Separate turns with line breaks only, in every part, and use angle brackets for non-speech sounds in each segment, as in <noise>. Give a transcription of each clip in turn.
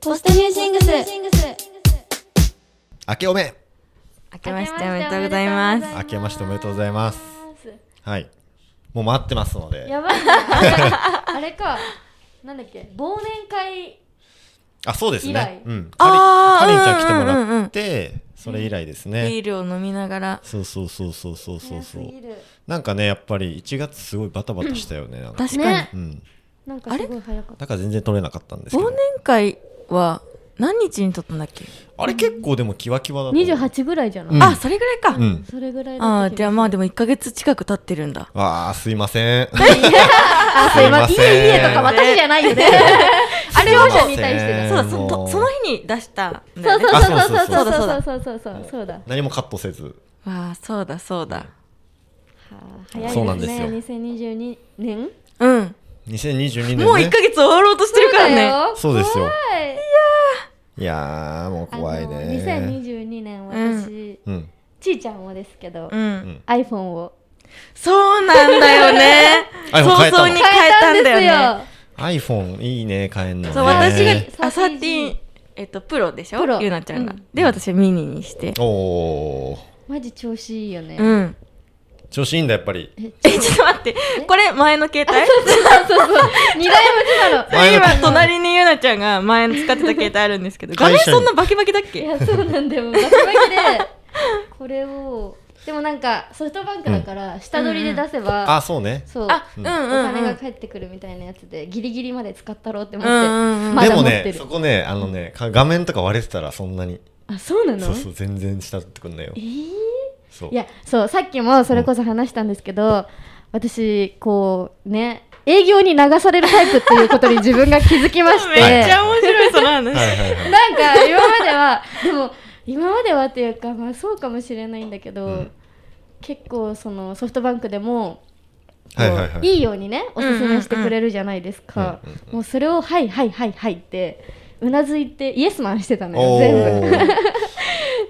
ポストニューシングス
明けおめ
明けましておめでとうございます
明けましておめでとうございますはいもう待ってますので
やばいねあれかなんだっけ忘年会
あそうです
以
ね
来
うん
あ
か
ー
りんちゃん来ても
うんうんう
ら
ん
ってそれ以来です
ビ
ね
ールを飲みながら
そうそうそうそうそうそ
早
うそ
すぎ
う
る
なんかねやっぱり1月すごいバタバタしたよねなんか
確かに、
ね
うん
なんかすごい早かった
だから全然取れなかったんですけ
忘
ど
年会は何日に撮ったんだっけ、
あれ結構でもキワキワだった
28ぐらいじゃない、
うん
あそれぐらいか、
うん
それぐらい
ああ
だ
じゃあまあでも1ヶ月近く経ってるんだ
わあすいません
あ
すいません
いえいえとか私じゃないよね
あれは
視聴者に対してだ
え
そうだ
ー
そ
も
の
う
その日に出したんだ
そ
よ
う
ね
そうそうそう
あ
そうそう
そうそうそうそうそうそうだ
何もカットせず
わあそうだそうだ
はあ
そう
早
ないん
で
ですす
ね
よ
2022年
うん
2022年ね
もう1ヶ月終わろうとしてるからね
そうですよ
怖い
いやーもう怖い
あの
ね
2022年私、
うん
ちいちゃんもですけど、
うん、
ん
iPhone を
そうなんだよ
<laughs>
ね
iPhone
早々に変えたんだよね
iPhone いいね買えんのね
そう私が
ね
あ13えっとプロでしょ
プロ
ゆなちゃんが、
うん
で私はミニにして
おー
マジ調子いいよね、
うん
調子いいんだやっぱり
え
えちょっと待ってこれ前の携帯
二台持ちなの
前の
今隣にゆなちゃんが前使ってた携帯あるんですけど画面
会社員
そんなバキバキだっ
い
け
やそうなんだよバキバキでこれをでもなんかソフトバンクだから下取りで出せば、
あそうね
そう
あうんう
お
んう
金が
ん
返ってくるみたいなやつでギリギリまで使ったろうって思っ
う
て、
んうんうん
ま
で
だ持
も
って
ね
る
そこねあのねか画面とか割れてたらそんなに
あそうなの
そうそう全然したってくんだよ
えー
そう
いやそうさっきもそれこそ話したんですけど、私こうね営業に流されるタイプっていうことに自分が気づきまして
めっちゃ面白いその話、
はいはいはい
なんか今まではでも今まではっていうかまあそうかもしれないんだけど、
うん
結構そのソフトバンクでもこう
はいはいはい
いようにねおすすめしてくれるじゃないですか、
うんうんうん
もうそれを「はいはいはいはい」ってうなずいてイエスマンしてたのよ
お
全部 <laughs>
ー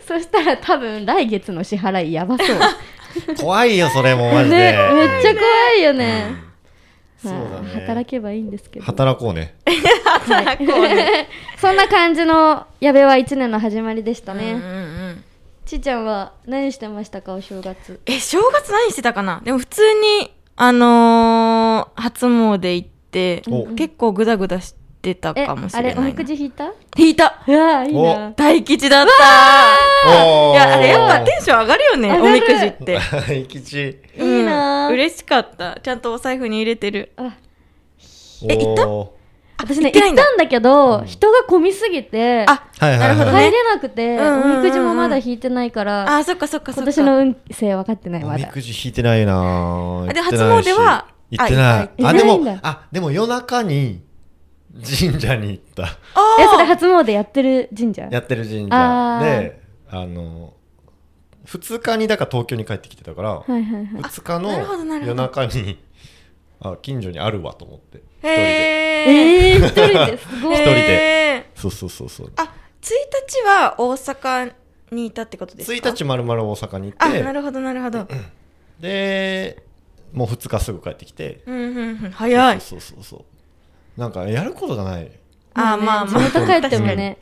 そしたら多分来月の支払いやばそう
怖いよそれ <laughs> もマジ
ね
で
めっちゃ怖いよね、
そう
まあ
だね
働けばいいんですけど
働こうね
働こうね
<laughs> そんな感じの矢部は1年の始まりでした
うんう
ね、
んうん
ちーちゃんは何してましたかお正月
え正月何してたかなでも普通にあのー、初詣行って
お
結構グダグダしてた
え
かもし
あ
れ
れ
ない
お
な
みくじ引いた
引いた
うわいいな
お
大吉だっ
お
た
ー
いやあれやっぱテンション上がるよね
上
お
がる
みくじって
<laughs> 大吉
いいな
うん嬉しかったちゃんとお財布に入れてる
あ
え行った
お
私ね
行ってな
行
い
っ
んだ
たんだけど人が混みすぎて
あ
ーはいはい
なるほど
はい
入れなくて、
うんうんうんうん
おみくじもまだ引いてないから
あそっかそっかそ
今
っか
年の運勢分かってない
お
ま
み
だ
くじ引いてないなぁ
あで
行ってないし
初詣は
行ってない
あ
あ
行
で
ってないん
も
だ
あでも夜中に神社に行った <laughs>
あー
えそれ初詣やってる神社
やってる神
あ
社
ー
であの2日にだから東京に帰ってきてたから、
はいはいはい
2日の
なるほどなるほど
夜中にあ近所にあるわと思って一人で
へえ
えー、一人ですごい
一人で
で
そうそうそうそう
あ1日は大阪にいたってことですか
1日まるまる大阪に行
あ
っ
な
て
るほどなるほど
でもう2日すぐ帰ってきて
うんうんうん早い
そうそうそうそうなんかやることがない
あまあ
地
まあ
元帰ってもね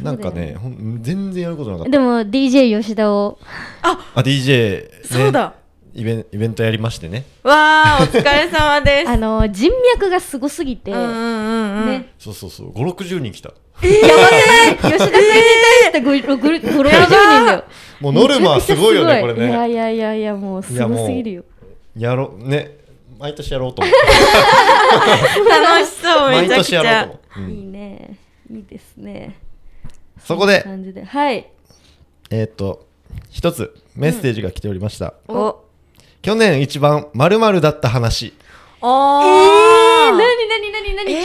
なんかねほん全然やることなかった
でも DJ 吉田を
あ DJ、ね、
そうだ
イベンイベントやりましてね
わーお疲れ様です
あの人脈がすごすぎて、
うんうんうんうん
ね、
そうそうそう560人来た
やばくない吉田君に対して5、6、6 60人だよ。
もうノルマすごいよねこれ
いや
ね
いやいやいや、もうすごすぎるよ。
やろね毎年やろうと思って
楽しそう <laughs>
毎
めちゃく
年
ち
やろう
ゃ
と思う、う
いい
ん、
ね。いいですね。
そこで
感じで。はい。
えーっと一つメッセージが来ておりました、
お
去年一番まるだった話
お
なに
ー
なになになに去年1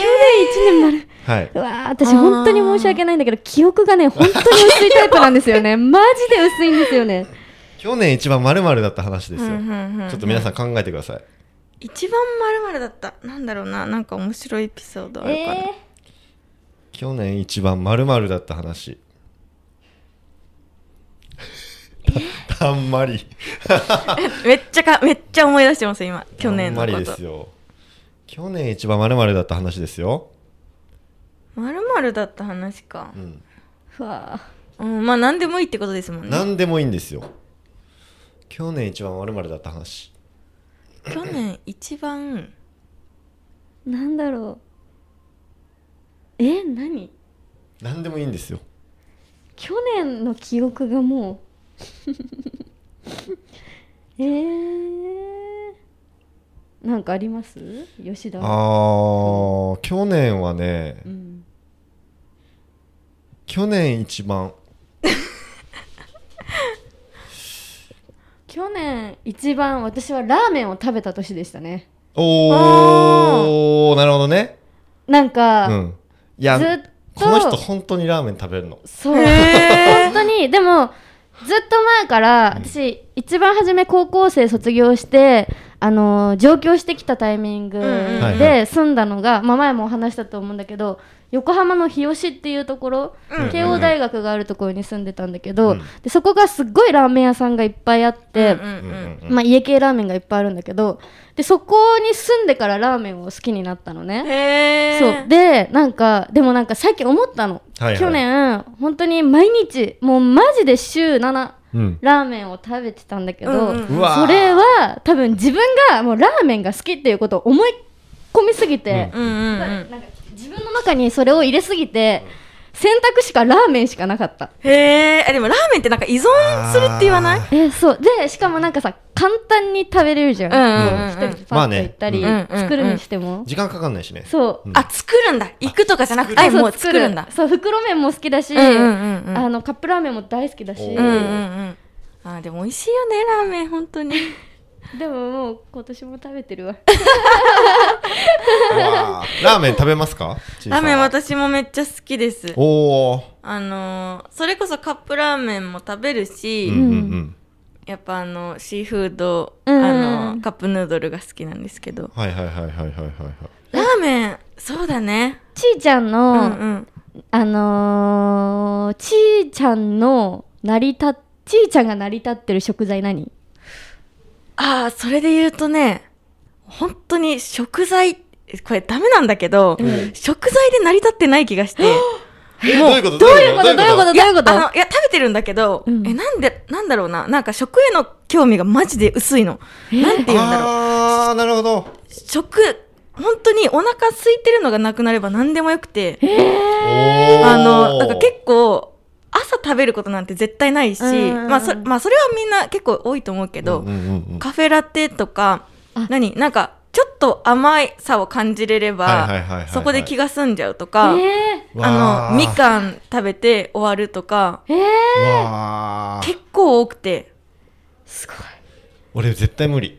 年丸。
はいう
わー私本当に申し訳ないんだけど、記憶がね、本当に薄いタイプなんですよ
<laughs>
ね。マジで薄いんですよね。
去年一番まるだった話ですよ、
うんうんうん
ちょっと皆さん考えてください
一番まるだったなんだろうななんか面白いエピソードあるかな
え
去年一番まるだった話 <laughs> たたんまり
めっちゃかめっちゃ思い出してます今去年
たん
の
ま
こ
りで
と
すよ去年一番まるだった話ですよ
まるまるだった話か
う。ん、
ふわ
うん、まあ何でもいいってことですもんね。
何でもいいんですよ去年一番まるだった話
去年一番、
ーなんだろうえ何
何でもいいんですよ
去年の記憶がもう <laughs> えー、なんかあります吉田
あー去年はね
うん、
去年一番
去年一番私はラーメンを食べた年でしたね
おーなるほどね
なんか、
うんいや
ずっと
この人本当にラーメン食べるの
そう
へー
本当にでもずっと前から
うん
私一番初め高校生卒業してあのー上京してきたタイミング
うんうん
はいは
で住んだのが、まあ、前もお話したと思うんだけど横浜の日吉っていうところ、
うん
慶応大学があるところに住んでたんだけど、
うん
でそこがすっごいラーメン屋さんがいっぱいあって、
うんう
うん
ん
うんうん
まあ、家系ラーメンがいっぱいあるんだけどでそこに住んでからラーメンを好きになったのね。
へえ。
そうでなんかでもなんか最近思ったの、
はいはい
去年本当に毎日もうマジで週7
うん
ラーメンを食べてたんだけど、
うんうん
うわー
それは多分自分がもうラーメンが好きっていうことを思い込みすぎて、
うんうんうん。
なんか自分の中にそれを入れすぎて、選択肢かラーメンしかなかった。
へえ。あでもラーメンってなんか依存するって言わない
あー
えそうでしかもなんかさ簡単に食べれるじゃん、
うんうんうん
一
うん
人でパッと行ったり、
ま
あねうん
作るにしても、
時間かかんないしね
そう
うん
あ、作るんだ。行くとかじゃなくて、
そう
もう作るんだ。
そう袋麺も好きだし、
うんうんうんうん
あのカップラーメンも大好きだし、
お
うんう
ー
んうん。あーでも美味しいよね、ラーメン、本当に。
でももう今年も食べてるわ
うわーラーメン食べますかちい
ラ
さん
ーメン私もめっちゃ好きです。
おお
あのーそれこそカップラーメンも食べるし、
うんうんうん
やっぱあの、シーフード、
うん
あの、カップヌードルが好きなんですけど。
はいはいはいはいはいはいはい
ラーメン、そうだね。
ちーちゃん
う
の、
んうん。
あのー、ちーちゃんの成り立っちーちゃんが成り立ってる食材何
ああ、それで言うとね、本当に食材、これダメなんだけど、食材で成り立ってない気がして。
えどういうこと
どういうこと
ど
どう
うい
いううこ
こ
ととどういうこと
あの、いや、食べてるんだけど、
うん
え、なんで、なんだろうな。なんか食への興味がマジで薄いの。なんて言うんだろう。
ああなるほど
食、本当にお腹空いてるのがなくなれば何でもよくて、あ
あ
の、なんか結構、朝食べることなんて絶対ないし、
うんうんうん
まあそ、まあ、それはみんな結構多いと思うけど、
うんうんうんうん
カフェラテとか
あ、
何なんか、ちょっと甘いさを感じれれ
はいはいはいはいは
ば
い、
そこで気が済んじゃうとか、
え
わー
あの、みかん食べて終わるとか、
ー、えー、
わー
結構多くて、
すごい
俺絶対無理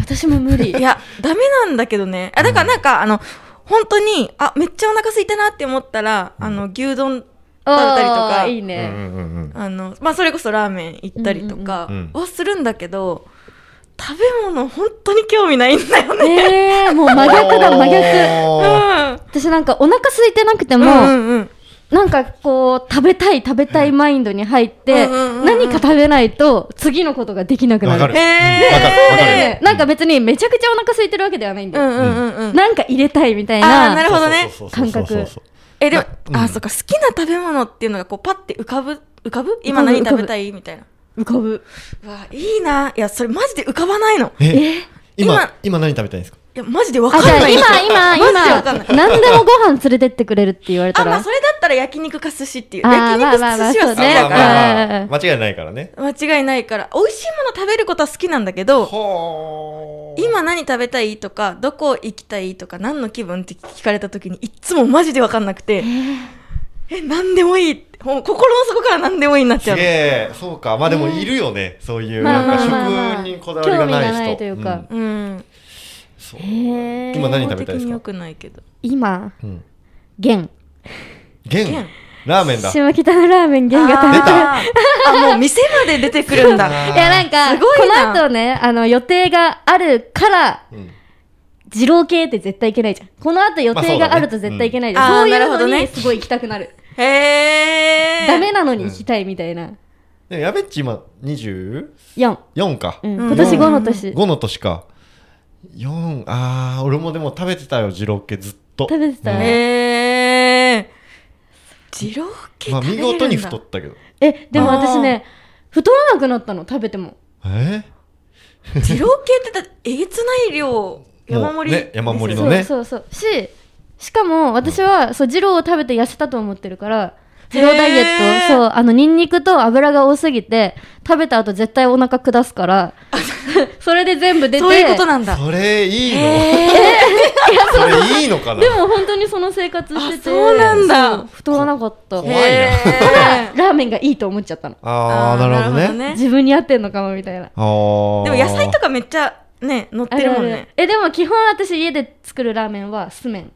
私も無理
いや、ダメなんだけどね。あ、だからなんか、あの、本当に、あ、めっちゃお腹空いたなって思ったら、あの、牛丼食べたりと
あ
か、
ーいい
うん
ね、
うんうん
あの、まあ、それこそラーメン行ったりとか
うんうんうん
はするんだけど、食べ物本当に興味ないんだよね。
えー、もう真逆だ
おー
真逆
うん。
私なんかお腹空いてなくても、
うんうん
なんかこう食べたい食べたいマインドに入って、
うんうんうんうん
何か食べないと次のことができなくな
わ
る
かる
へー
うんわかるわかる
でなんか別にめちゃくちゃお腹空いてるわけではないんだ
う
よ、
んうんうんうん。
なんか入れたいみたい
あー
な
なるほどね
そうそうそうそうそうそう
え、でも
な、うん
あ、そっか、好きな食べ物っていうのが、こう、パって浮かぶ、浮かぶ今何
浮かぶ
食べたいみたいな。
浮かぶ
うわ、いいな。いや、それマジで浮かばないの。
え
え今今何食べたいんですか
いや、マジでわか
あ
ん
じゃ
な
あ
い。
今今
マジでわかんない
今何でもご飯連れてってくれるって言われ
あ、
た
ま
ら
あ、それだったら焼肉か寿司っていう。
あー
焼肉
まあまあま
寿
あ
司は好き
ね
だ
あ
か
まあ
ら。
まあまあ
うん
間違いないからね
間違いないから。美味しいもの食べることは好きなんだけど、
ほー
今何食べたいとか、どこ行きたいとか、何の気分って聞かれた時に、いっつもマジでわかんなくて、え、何でもいいって。もう心の底から何でもいいになっちゃ
す
うの。
げえそうかまあでもいるよねそういう
まあ
なんか
まあまあまあ
食にこだわりがない
興味が
人
ないというか
ん
うん。
そう
へー
今何食べたいで
基本的
すか
に良くないけど。
今
うん
元
元
元
ラーメンだ
下北のラーメン元が食べたい
あーあもう店まで出てくるんだ。
あー
いやなんか
すご
こ
いな
の後ねあの予定があるから
うん
二郎系って絶対いけないじゃんこの後予
まあそう
定
だね
があると絶対いけないじゃん、
うん
そうい
あーな
う
るほ
の
どね
にすごい行きたくなる、
<laughs> へえ。
ダメなのに行きたいみたいな
でもやべっち今24
4、
か、
うん、
うん
今年5の年、
5の年か4あー俺もでも食べてたよ二郎系ずっと
食べてた
うん
へ
へ二郎系
まあ
食べれ
見
るんだ、
事に太ったけど
えでも
あー
私ね太らなくなったの食べても
え
二郎系ってだってえげつない量山盛り、
もうね山盛り
です
の
よ
そ
ね
うそうそうししかも私はそう二郎を食べて痩せたと思ってるから二郎ダイエッ
へ
ト
ー
をそうあのニンニクと油が多すぎて食べた後絶対お腹下すから
<laughs>
それで全部出て
そういうことなんだ
それいいの
へえ
それいいのかな
でも本当にその生活してて
あそうなん
そ
だ
う太らなかった
怖いな
ラーメンがいいと思っちゃったの
ああなるほどね
自分に合ってんのかもみたいな
あー
でも野菜とかめっちゃね乗ってるもん
あるある
ね
えでも基本私家で作るラーメンは酢麺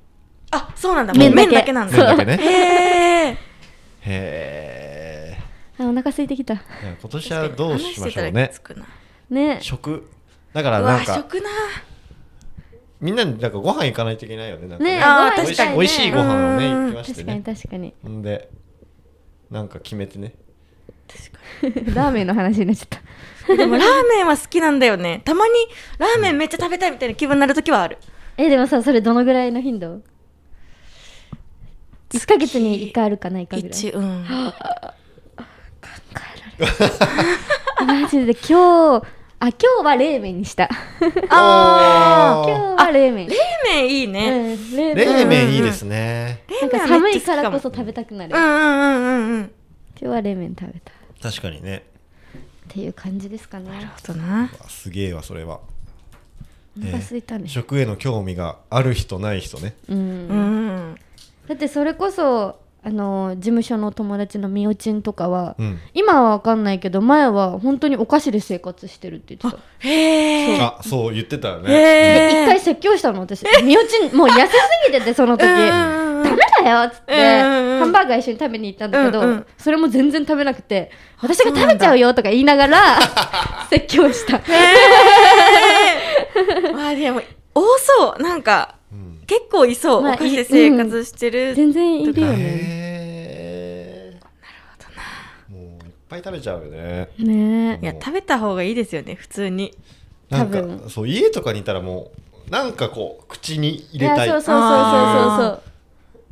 あそうなんだもう
麺だ
麺
け
だけなん
麺だ
だ
けね
へえ
へ
あお腹空いてきた
えいや今年はどうしましょうね
ね
食だか
う
ら
わ
なんか
食な
みんなになんかご飯行かないといけないよねなんか
ね
あ
ご飯
ー
美味し
したいね
美味しいご飯をね
うん
行きまして
確か
ね
に確かに <laughs>
んでなんか決めてね
ラーメンの話になっちゃった
でもラーメンは好きなんだよねたまにラーメンめっちゃ食べたいみたいな気分になるときはある
えでもさそれどのぐらいの頻度1ヶ月に1回あるかないかぐらい
一うん
マジで今日あ今日は冷麺にした
あ
今
ー
日は冷麺
冷麺いいね
うん冷
冷麺いいですね
なんか寒いからこそ食べたくなる
うんう
今
んうんうんうんなる
日は冷麺食べたっ
確かにね
ていう感じですかね
ほどな
うわすげえわそれは
お腹空いたね
食への興味がある人ない人ね
うん
うん
だってそれこそあの事務所の友達のみおちんとかは、
うん
今は分かんないけど前は本当にお菓子で生活してるって言ってた
へえ
あそう言ってたよ
へ
ね
で一回
え
説教したの私みおちんもう痩せすぎててその時ダ <laughs> メだよっつって
うんうんうん
ハンバーガー一緒に食べに行ったんだけど、
うんうん
それも全然食べなく
<laughs>
て私が食べちゃうよとか言いながら説教した
まあでも多そうなんか
うん
結構いそう、
まあ
お菓子で生活してる、
全然いるよね
へえなるほどなもういっぱい食べちゃうよね
ね
いや食べた方がいいですよね普通に
なん
多分
かそう家とかにいたらもうなんかこう口に
え
入れたい
やそうそうそうそうそう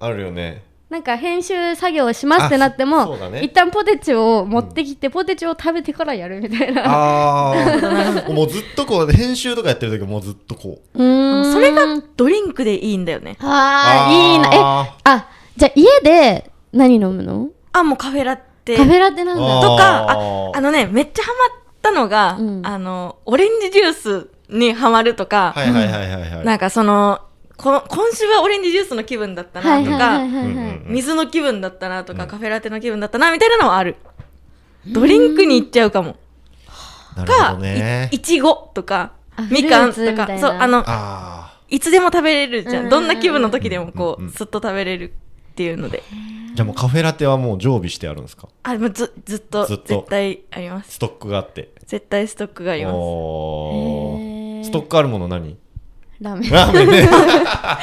あ
あるよ
<laughs>
ね
なんか編集作業をしますってなって
あ
も、
そうだね
一旦ポテチを持ってきて、ポテチを食べてからやるみたいな
ああ <laughs> もうずっとこう編集とかやってる時もうずっとこ
<laughs>
う
うーん
<laughs> それがドリンクでいいんだよね
あーいいなえ
あ
あじゃあ家で何飲むの
あもうカフェラテ
カフェラテなんだ
あ
とかあ
あー
あのねめっちゃハマったのが、
うん
あのオレンジジュースにハマるとか、
ーはいはいはいはいはい
なんかそのこ今週はオレンジジュースの気分だった
は
ないと
は
か、
いはいは
うん
い、
う
はい
んうん
水の気分だったなとか、
うん
カフェラテの気分だったなみたいなのはあるドリンクに行っちゃうかも
なるほ
か
どね
いいちごとか
あ
みかん
フルーツ
と
みた
か
いな
そうあの
あ
いつでも食べれるじゃ。
うんん
どんな気分の時でもこ
うん
う、
うん
ずっと食べれるっていうので。
あじゃあもうカフェラテはもう常備してあるんですか
あ、もうず、ずっと、
ずっと
絶対あります。
ストックがあって
絶対ストックがあります。
おー
へー
ストックあるもの何
ラーメン <laughs>
ラーメン
<laughs>
ね
めっちゃあ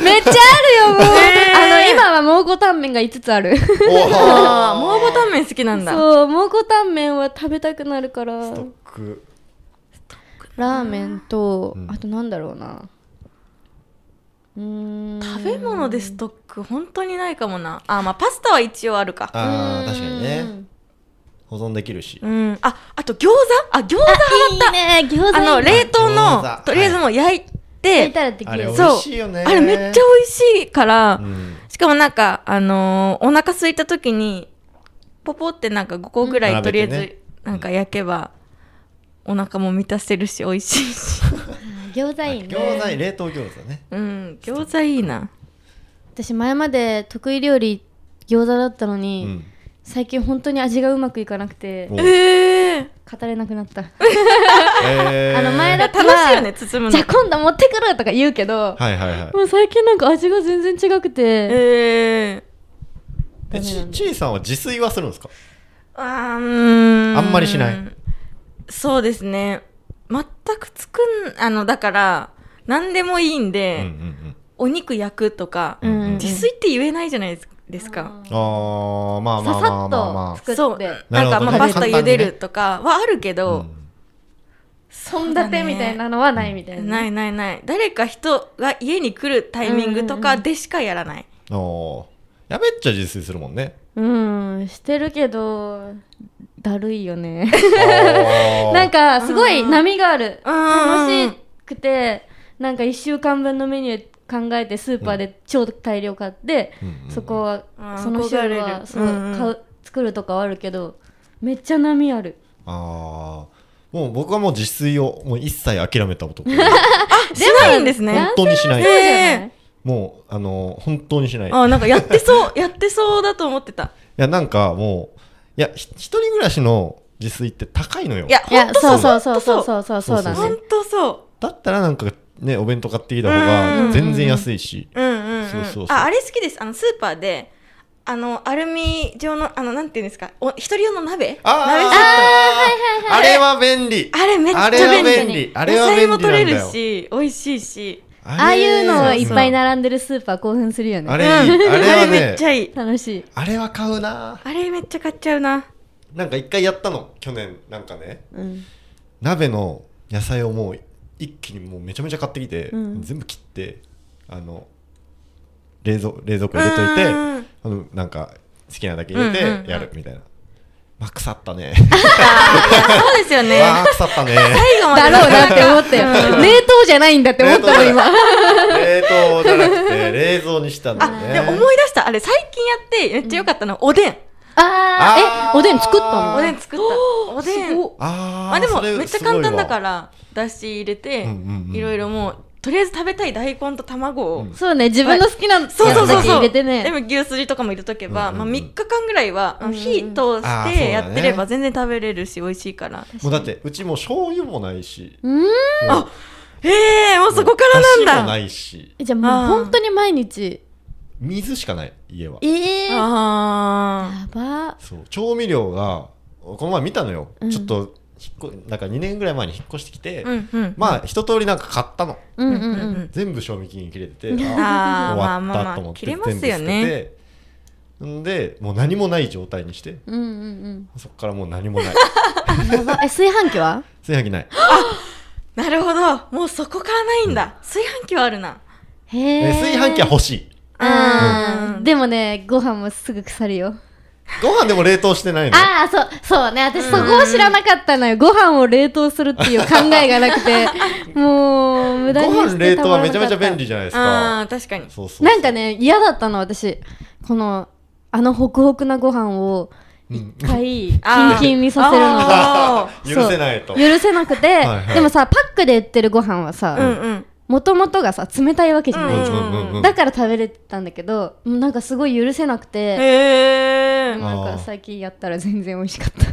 るよもう、
<laughs>
ねえ
あの今は蒙古タンメンが5つある
ああ、
おー
蒙古タンメン好きなんだ。
そう蒙古タンメンは食べたくなるから
ストック
ラーメンと、
うん
あとなんだろうなうーん
食べ物でストック、本当にないかもな。あ、まあ、パスタは一応あるか。
あー確かに
う
ね
ん
保存できるし
うん。あ、あと餃子あ、餃子はまった。
いいね餃子いいね
あの、冷凍
餃
の、
子
とりあえずもう焼い
焼い
て、
たらで
あ
き
れ
る
美
よ
そう
味しいよね
あれめっちゃ美味しいから、
うん
しかもなんか、あのーお腹空いた時に、ポポってなんか5個ぐら
う
い
ん
とりあえ
並べてね、
ずなんか焼けば、お腹も満たせるし、美味しいし。
<laughs>
餃子いいね
餃子冷凍餃子ね
うん、餃子いいな。
私前まで得意料理餃子だったの
う
に、
ん
最近本当に味がうまくいかなくて
お
ええ
語れなくなった、
えー
あの前田
楽しいよね、包む
じゃ
の
あ。今度持ってくるとか言うけど、
はいはいはい
もう最近なんか味が全然違くて、
ええ
え
ダメな
ち
んだ
ちいさんは自炊はするんですか
あーうーん。
あんまりしない。
そうですね。全く作ん、あの、だから、何でもいい
う
ん
んうんう
で、
ん
お肉焼くとか、
うんうん
自炊って言えないじゃないですか。
あーまあまあまあまあ
さ
ま
さっと作って
そう
な
な
る
ん
ほ
か
どね
まあパスタ茹
簡
で
単に
るとかはあるけ
あ
ど、
うん
献立みたいなのはないみたいな、
ないないない誰か人が家に来るタイミングとかでしかやらない、
おーやべっちゃ自炊するもんね
うんしてるけどだるいよね
な
<laughs> なんかすごい
うん
波がある
うん
楽しくてなんか1週間分のメニュー考えてスーパーで超大量買って、そこは
うん
その週
憧れ
は
る
そう
うんうん
買う作るとかはあるけどめっちゃ波ある
あーもう僕はもう自炊をもう一切諦めた
<laughs>
男
しないんですね
本当にしな
そう
い
じゃない、
もうあの本当にしないい
あなんかやってそうやってそうだと思ってた
やなんかもういやひ一人暮らしの自炊って高いのよ
いや
いや
本当
そう
そ
そううそうそうそうそうそうだ
そう
ね
本当そ
だったらなんかねお弁当買ってきた
う
方
ん
うん
が全然安いし
ううんうんうん
そうそうそう
ああれ好きですあのスーパーであのアルミ状のあのなんていうんですかお一人用の鍋
あー
鍋セット
あれは便利
あれめっち
あ
ゃ
れは
便利
便利あれは便利な
野菜も
ん
取
だ
れ
よ
るし美味しいし
ああいうのをいっぱい
な
並んでるスーパー興奮するよ
あ
ね
れいいあれは
め
ね
っちゃいい
楽しい
あれは買うな
あれめっちゃ買っちゃうな
なんか一回やったの去年なんかね
うん
鍋の野菜をもう一気にもうめちゃめちゃ買ってきて、
うん
全部切ってあの冷蔵冷蔵庫入れといてあ
うん
のなんか好きなだけ入れ
うんうんうん
てやるみたいな、まあ腐ったね
そうですよね
<laughs> まあ腐った
<laughs>
ね
最後ま
だ
で
ろうなって思ったよ、
うん
冷凍じゃないんだって思ったの今
冷凍じゃなくて冷蔵にしたんだよ
あ
ね
でも思い出したあれ最近やってめっちゃ良かったのおでん
あー
あー
えおでん作ったの
おでん作ったおで
す
ん
ごっ
あー
あでも
それ
めっちゃ簡単だか
す
らだし入れて
うんうんうん
いろいろもうとりあえず食べたい大根と卵を、
うん
そうね自分の好きなやつ
そうそうそう
だけ
そう
入れてね
でも牛すじとかも入れとけば、
うんうんうん
まあ、3日間ぐらいは、
うんうん
火通
あ
し
ーそうだ
て
ね
やってれば全然食べれるし美味しいから
ごいわもうだってうちもう醤油もないし
うーん
もう
あへえもうそこから
出汁
なん
も
だ
ないし
えじゃあもう本当に毎日
水しかない家は
ええー、や
あ
ば
そう調味料がこの前見たのよ、
うん
ちょっと引っ越なんか2年ぐらい前に引っ越してきて、
ーうんうん
まあ一通りなんか買ったの
うんうんうん
全部賞味期限切れて
<laughs>
て
あー
あ
まあ
終
ま
わっ
あ
たと思
まあ
って
切
全
れ
部
ま
捨て
すよね
てんでもう何もない状態にして
うんうん
そこからもう何もない
<laughs>
うんやばえ炊飯器は
炊飯器ない
なるほどもうそこからないんだ、炊飯器はあるな
へ
え
え
炊飯器は欲しい
あ
うん
でもねご飯もすぐ腐るよ
ご飯でも冷凍してないの
ああそうそうね私そこを知らなかったのよご飯を冷凍するっていう考えがなく <laughs> てもう無駄に
ご
し
飯
て
冷
た
凍
まら
はめ
な
ち
か
ゃ
った
めちゃ便利じゃないです
あ
か
ー確かに
そうそうそう
なんかね嫌だったの私このあのホクホクなご飯を
うん
一回キン
あー
キンにさせるのが
あ
そう
許せないと
許せなくて、
はいはい
でもさパックで売ってるご飯は
ーう
さ
んうん
もともとがさ冷たいわけじゃない、
うんうん
だから食べれてたんだけどもうなんかすごい許せなくて、
へえ
なん
あ
か
ー
最近やったら全然美味しかった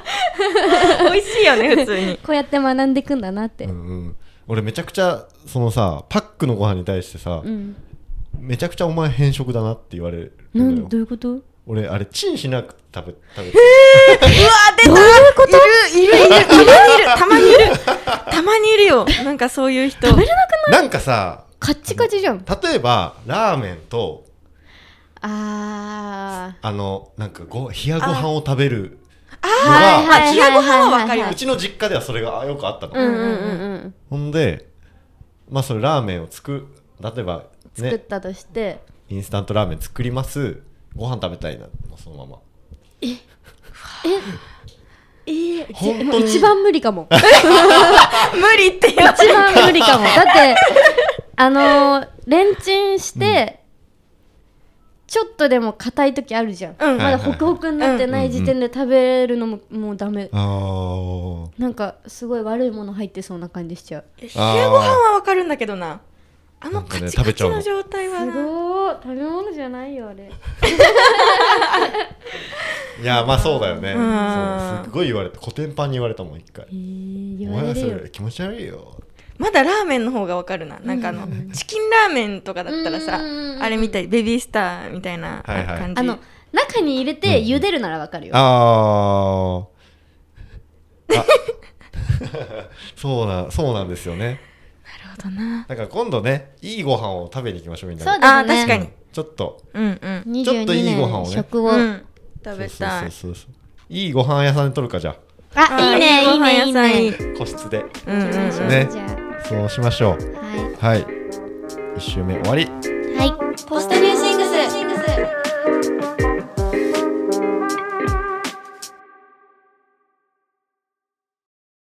<laughs>
美味しいよね普通に
こうやって学んでいくんだなって、
うんうん俺めちゃくちゃそのさパックのご飯に対してさ、
うん
めちゃくちゃお前偏食だなって言われる
な
の
ん
よ
どういうことどういう
俺あれチンしなく食べ食べて
こと
い <laughs> るいるたまにいるたまにいるよなんかそういう人
食べれなく
なんかさ
カッチカチじゃん
例えばラーメンと
あー
あのなんかご冷やご飯を食べる
あ
のが
あ冷やご飯はわかりま
うちの実家ではそれがよくあったの、
うんうんうんうん
ほんでまあそれラーメンを作例えば
作っ
ね
たとして、
インスタントラーメン作りますご飯食べたいなもうそのまま
えー
本当に
もう一番無理かも
無理って言わ
一番無理かもだってあのーレンチンして、ちょっとでも硬い時あるじゃん、
うん
まだホクホクになってない時点で食べるのも、もうダメ
あー
なんかすごい悪いもの入ってそうな感じしちゃう
冷やご飯はわかるんだけどなあのカチカチの状態は
す
な
ごい食べ物じゃないよあれ
いやまあそうだよね
うん
そうすっごい言われたコテンパンに言われたもん一回
えー、
お
言わ
前
れ
は
る
そ
よ
れ気持ち悪いよ
まだラーメンの方がわかるななんかあの
うん
チキンラーメンとかだったらさ
うんうんうんうん
あれみたいベビースターみたいな
はいはい
感じ
あの中に入れて茹でるならわかるよ、
あーあ <laughs> そうなそうなんですよね
なるほどな
だから今度ねいいご飯を食べに行きましょうみんなで
そうですね
あー確かに
ちょっと
うんうん
22
ちょっといいご飯をね
年食を、
うん食べたい
そうそうそうそういいご飯屋さんで撮るかじゃ
あいいねいいねいいね
あ個室で
うんうんうん
ね
じゃ
そうしましょう
あは
はい1周目終わり
い、はい、ポストニューシングス